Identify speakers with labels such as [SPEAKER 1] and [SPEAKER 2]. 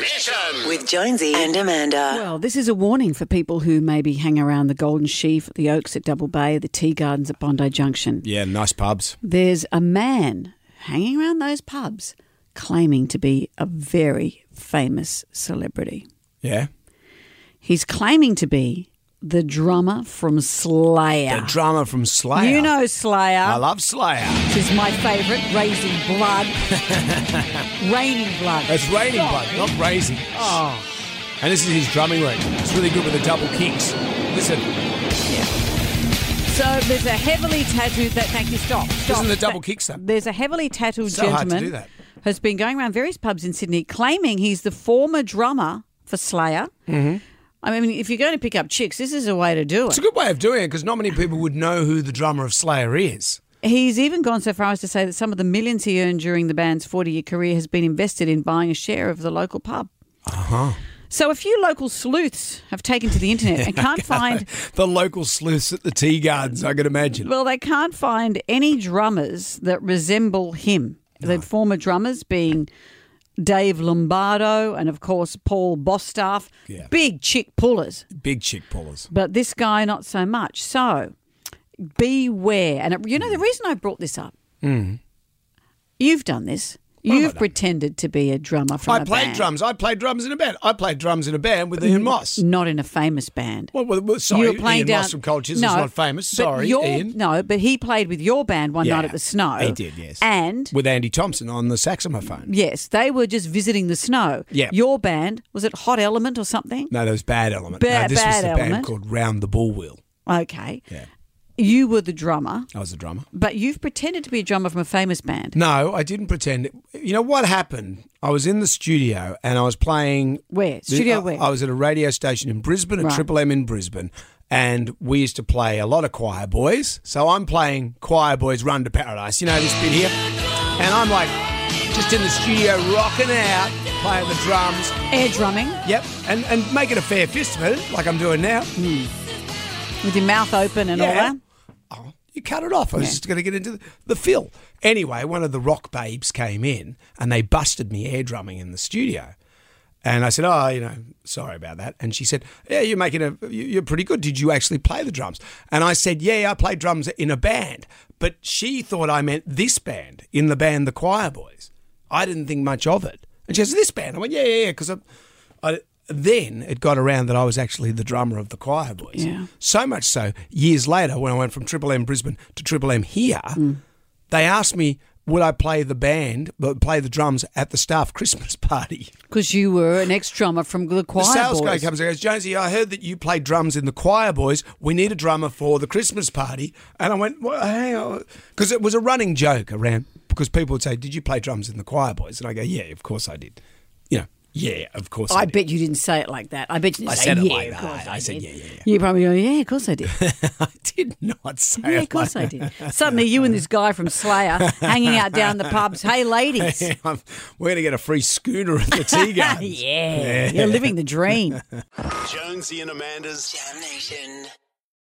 [SPEAKER 1] Mission.
[SPEAKER 2] With Jonesy and
[SPEAKER 3] Uh,
[SPEAKER 2] Amanda.
[SPEAKER 4] Well, this is a warning for people who maybe hang around the Golden Sheaf, the Oaks at Double Bay, the Tea Gardens at Bondi Junction.
[SPEAKER 3] Yeah, nice pubs.
[SPEAKER 4] There's a man hanging around those pubs claiming to be a very famous celebrity.
[SPEAKER 3] Yeah.
[SPEAKER 4] He's claiming to be the drummer from Slayer.
[SPEAKER 3] The drama from Slayer.
[SPEAKER 4] You know Slayer.
[SPEAKER 3] I love Slayer.
[SPEAKER 4] which is my favourite, Raising Blood. Raining Blood.
[SPEAKER 3] It's raining blood, not raising.
[SPEAKER 4] Oh.
[SPEAKER 3] And this is his drumming room. It's really good with the double kicks. Listen,
[SPEAKER 4] So there's a heavily tattooed. That, thank you. Stop. stop.
[SPEAKER 3] Isn't the double kick stuff?
[SPEAKER 4] There's a heavily tattooed
[SPEAKER 3] So hard to
[SPEAKER 4] gentleman
[SPEAKER 3] do that.
[SPEAKER 4] has been going around various pubs in Sydney claiming he's the former drummer for Slayer. Mm-hmm. I mean, if you're going to pick up chicks, this is a way to do
[SPEAKER 3] it's
[SPEAKER 4] it.
[SPEAKER 3] a good way of doing it because not many people would know who the drummer of Slayer is.
[SPEAKER 4] He's even gone so far as to say that some of the millions he earned during the band's 40 year career has been invested in buying a share of the local pub.
[SPEAKER 3] Uh-huh.
[SPEAKER 4] So a few local sleuths have taken to the internet and can't find
[SPEAKER 3] The local sleuths at the tea gardens, I could imagine.
[SPEAKER 4] Well, they can't find any drummers that resemble him. The former drummers being Dave Lombardo and, of course, Paul Bostaff,
[SPEAKER 3] Yeah.
[SPEAKER 4] big chick pullers.
[SPEAKER 3] Big chick pullers.
[SPEAKER 4] But this guy, not so much. So beware. And it, you know, the reason I brought this up,
[SPEAKER 3] Mm-hmm.
[SPEAKER 4] you've done this. You've pretended to be a drummer from
[SPEAKER 3] I
[SPEAKER 4] a
[SPEAKER 3] played
[SPEAKER 4] band.
[SPEAKER 3] drums. I played drums in a band. I played drums in a band with Ian Moss.
[SPEAKER 4] Not in a famous band.
[SPEAKER 3] Well, well, well, sorry,
[SPEAKER 4] Mm. you were playing
[SPEAKER 3] Ian
[SPEAKER 4] down,
[SPEAKER 3] Moss from Cold Chisels
[SPEAKER 4] no,
[SPEAKER 3] not famous.
[SPEAKER 4] but
[SPEAKER 3] Sorry,
[SPEAKER 4] your-
[SPEAKER 3] Ian.
[SPEAKER 4] No, but he played with your band one
[SPEAKER 3] Yeah,
[SPEAKER 4] night at the snow.
[SPEAKER 3] He did, yes.
[SPEAKER 4] And
[SPEAKER 3] with Andy Thompson on the saxophone.
[SPEAKER 4] yes, they were just visiting the snow.
[SPEAKER 3] Yeah.
[SPEAKER 4] Your band was it Hot Element or something?
[SPEAKER 3] No, that was Bad Element.
[SPEAKER 4] Ba-
[SPEAKER 3] no, this
[SPEAKER 4] Bad
[SPEAKER 3] was the
[SPEAKER 4] Element.
[SPEAKER 3] band called Round the Ball Wheel.
[SPEAKER 4] Okay.
[SPEAKER 3] Yeah.
[SPEAKER 4] You were the drummer,
[SPEAKER 3] I was a drummer.
[SPEAKER 4] but you've pretended to be a drummer from a famous band.
[SPEAKER 3] No, I didn't pretend. You know what happened? I was in the studio and I was playing.
[SPEAKER 4] Where? Studio
[SPEAKER 3] I,
[SPEAKER 4] where?
[SPEAKER 3] I was at a radio station in Brisbane, at
[SPEAKER 4] Right.
[SPEAKER 3] Triple M in Brisbane, and we used to play a lot of choir boys. So I'm playing choir boys Run to Paradise, you know, this bit here. And I'm like just in the studio rocking out, playing the drums.
[SPEAKER 4] Air drumming
[SPEAKER 3] Yep, and, and making a fair fist of it, like I'm doing now.
[SPEAKER 4] with your mouth open and all that.
[SPEAKER 3] Oh, you cut it off. I was just going to get into the, the fill. Anyway, one of the rock babes came in and they busted me air drumming in the studio. And I said, "Oh, you know, sorry about that." And she said, "Yeah, you're making a, you- you're pretty good. Did you actually play the drums?" And I said, "Yeah, I played drums in a band." But she thought I meant this band, in the band The Choir Boys. I didn't think much of it. And she said, "This band." I went, "Yeah, yeah, yeah," because I, I, then it got around that I was actually the drummer of The Choir Boys.
[SPEAKER 4] Yeah.
[SPEAKER 3] So much so, years later, when I went from Triple M Brisbane to Triple M here, they asked me. Would I play the band, but play the drums at the staff Christmas party?
[SPEAKER 4] Because you were an ex drummer from the choir.
[SPEAKER 3] the sales
[SPEAKER 4] boys.
[SPEAKER 3] guy comes and goes, Jonesy, I heard that you play drums in the choir boys. We need a drummer for the Christmas party. And I went, well, hang on. Because it was a running joke around, because people would say, Did you play drums in the choir boys? And I go, Yeah, of course I did. You know, yeah, of course I,
[SPEAKER 4] I
[SPEAKER 3] did.
[SPEAKER 4] bet you didn't say it like that. I bet you
[SPEAKER 3] I
[SPEAKER 4] didn't say,
[SPEAKER 3] said it
[SPEAKER 4] yeah,
[SPEAKER 3] like
[SPEAKER 4] of
[SPEAKER 3] that.
[SPEAKER 4] course I,
[SPEAKER 3] I said,
[SPEAKER 4] did.
[SPEAKER 3] "Yeah, yeah, yeah."
[SPEAKER 4] You probably go, yeah, of course I did.
[SPEAKER 3] I did not say
[SPEAKER 4] Yeah,
[SPEAKER 3] it
[SPEAKER 4] of course
[SPEAKER 3] like
[SPEAKER 4] I did. Suddenly, you and this guy from Slayer hanging out down the pubs. Hey, ladies.
[SPEAKER 3] that. I'm- We're going to get a free scooter at the tea
[SPEAKER 4] yeah,
[SPEAKER 3] gardens.
[SPEAKER 4] you're living the dream.
[SPEAKER 1] Jonesy and Amanda's
[SPEAKER 2] Damnation.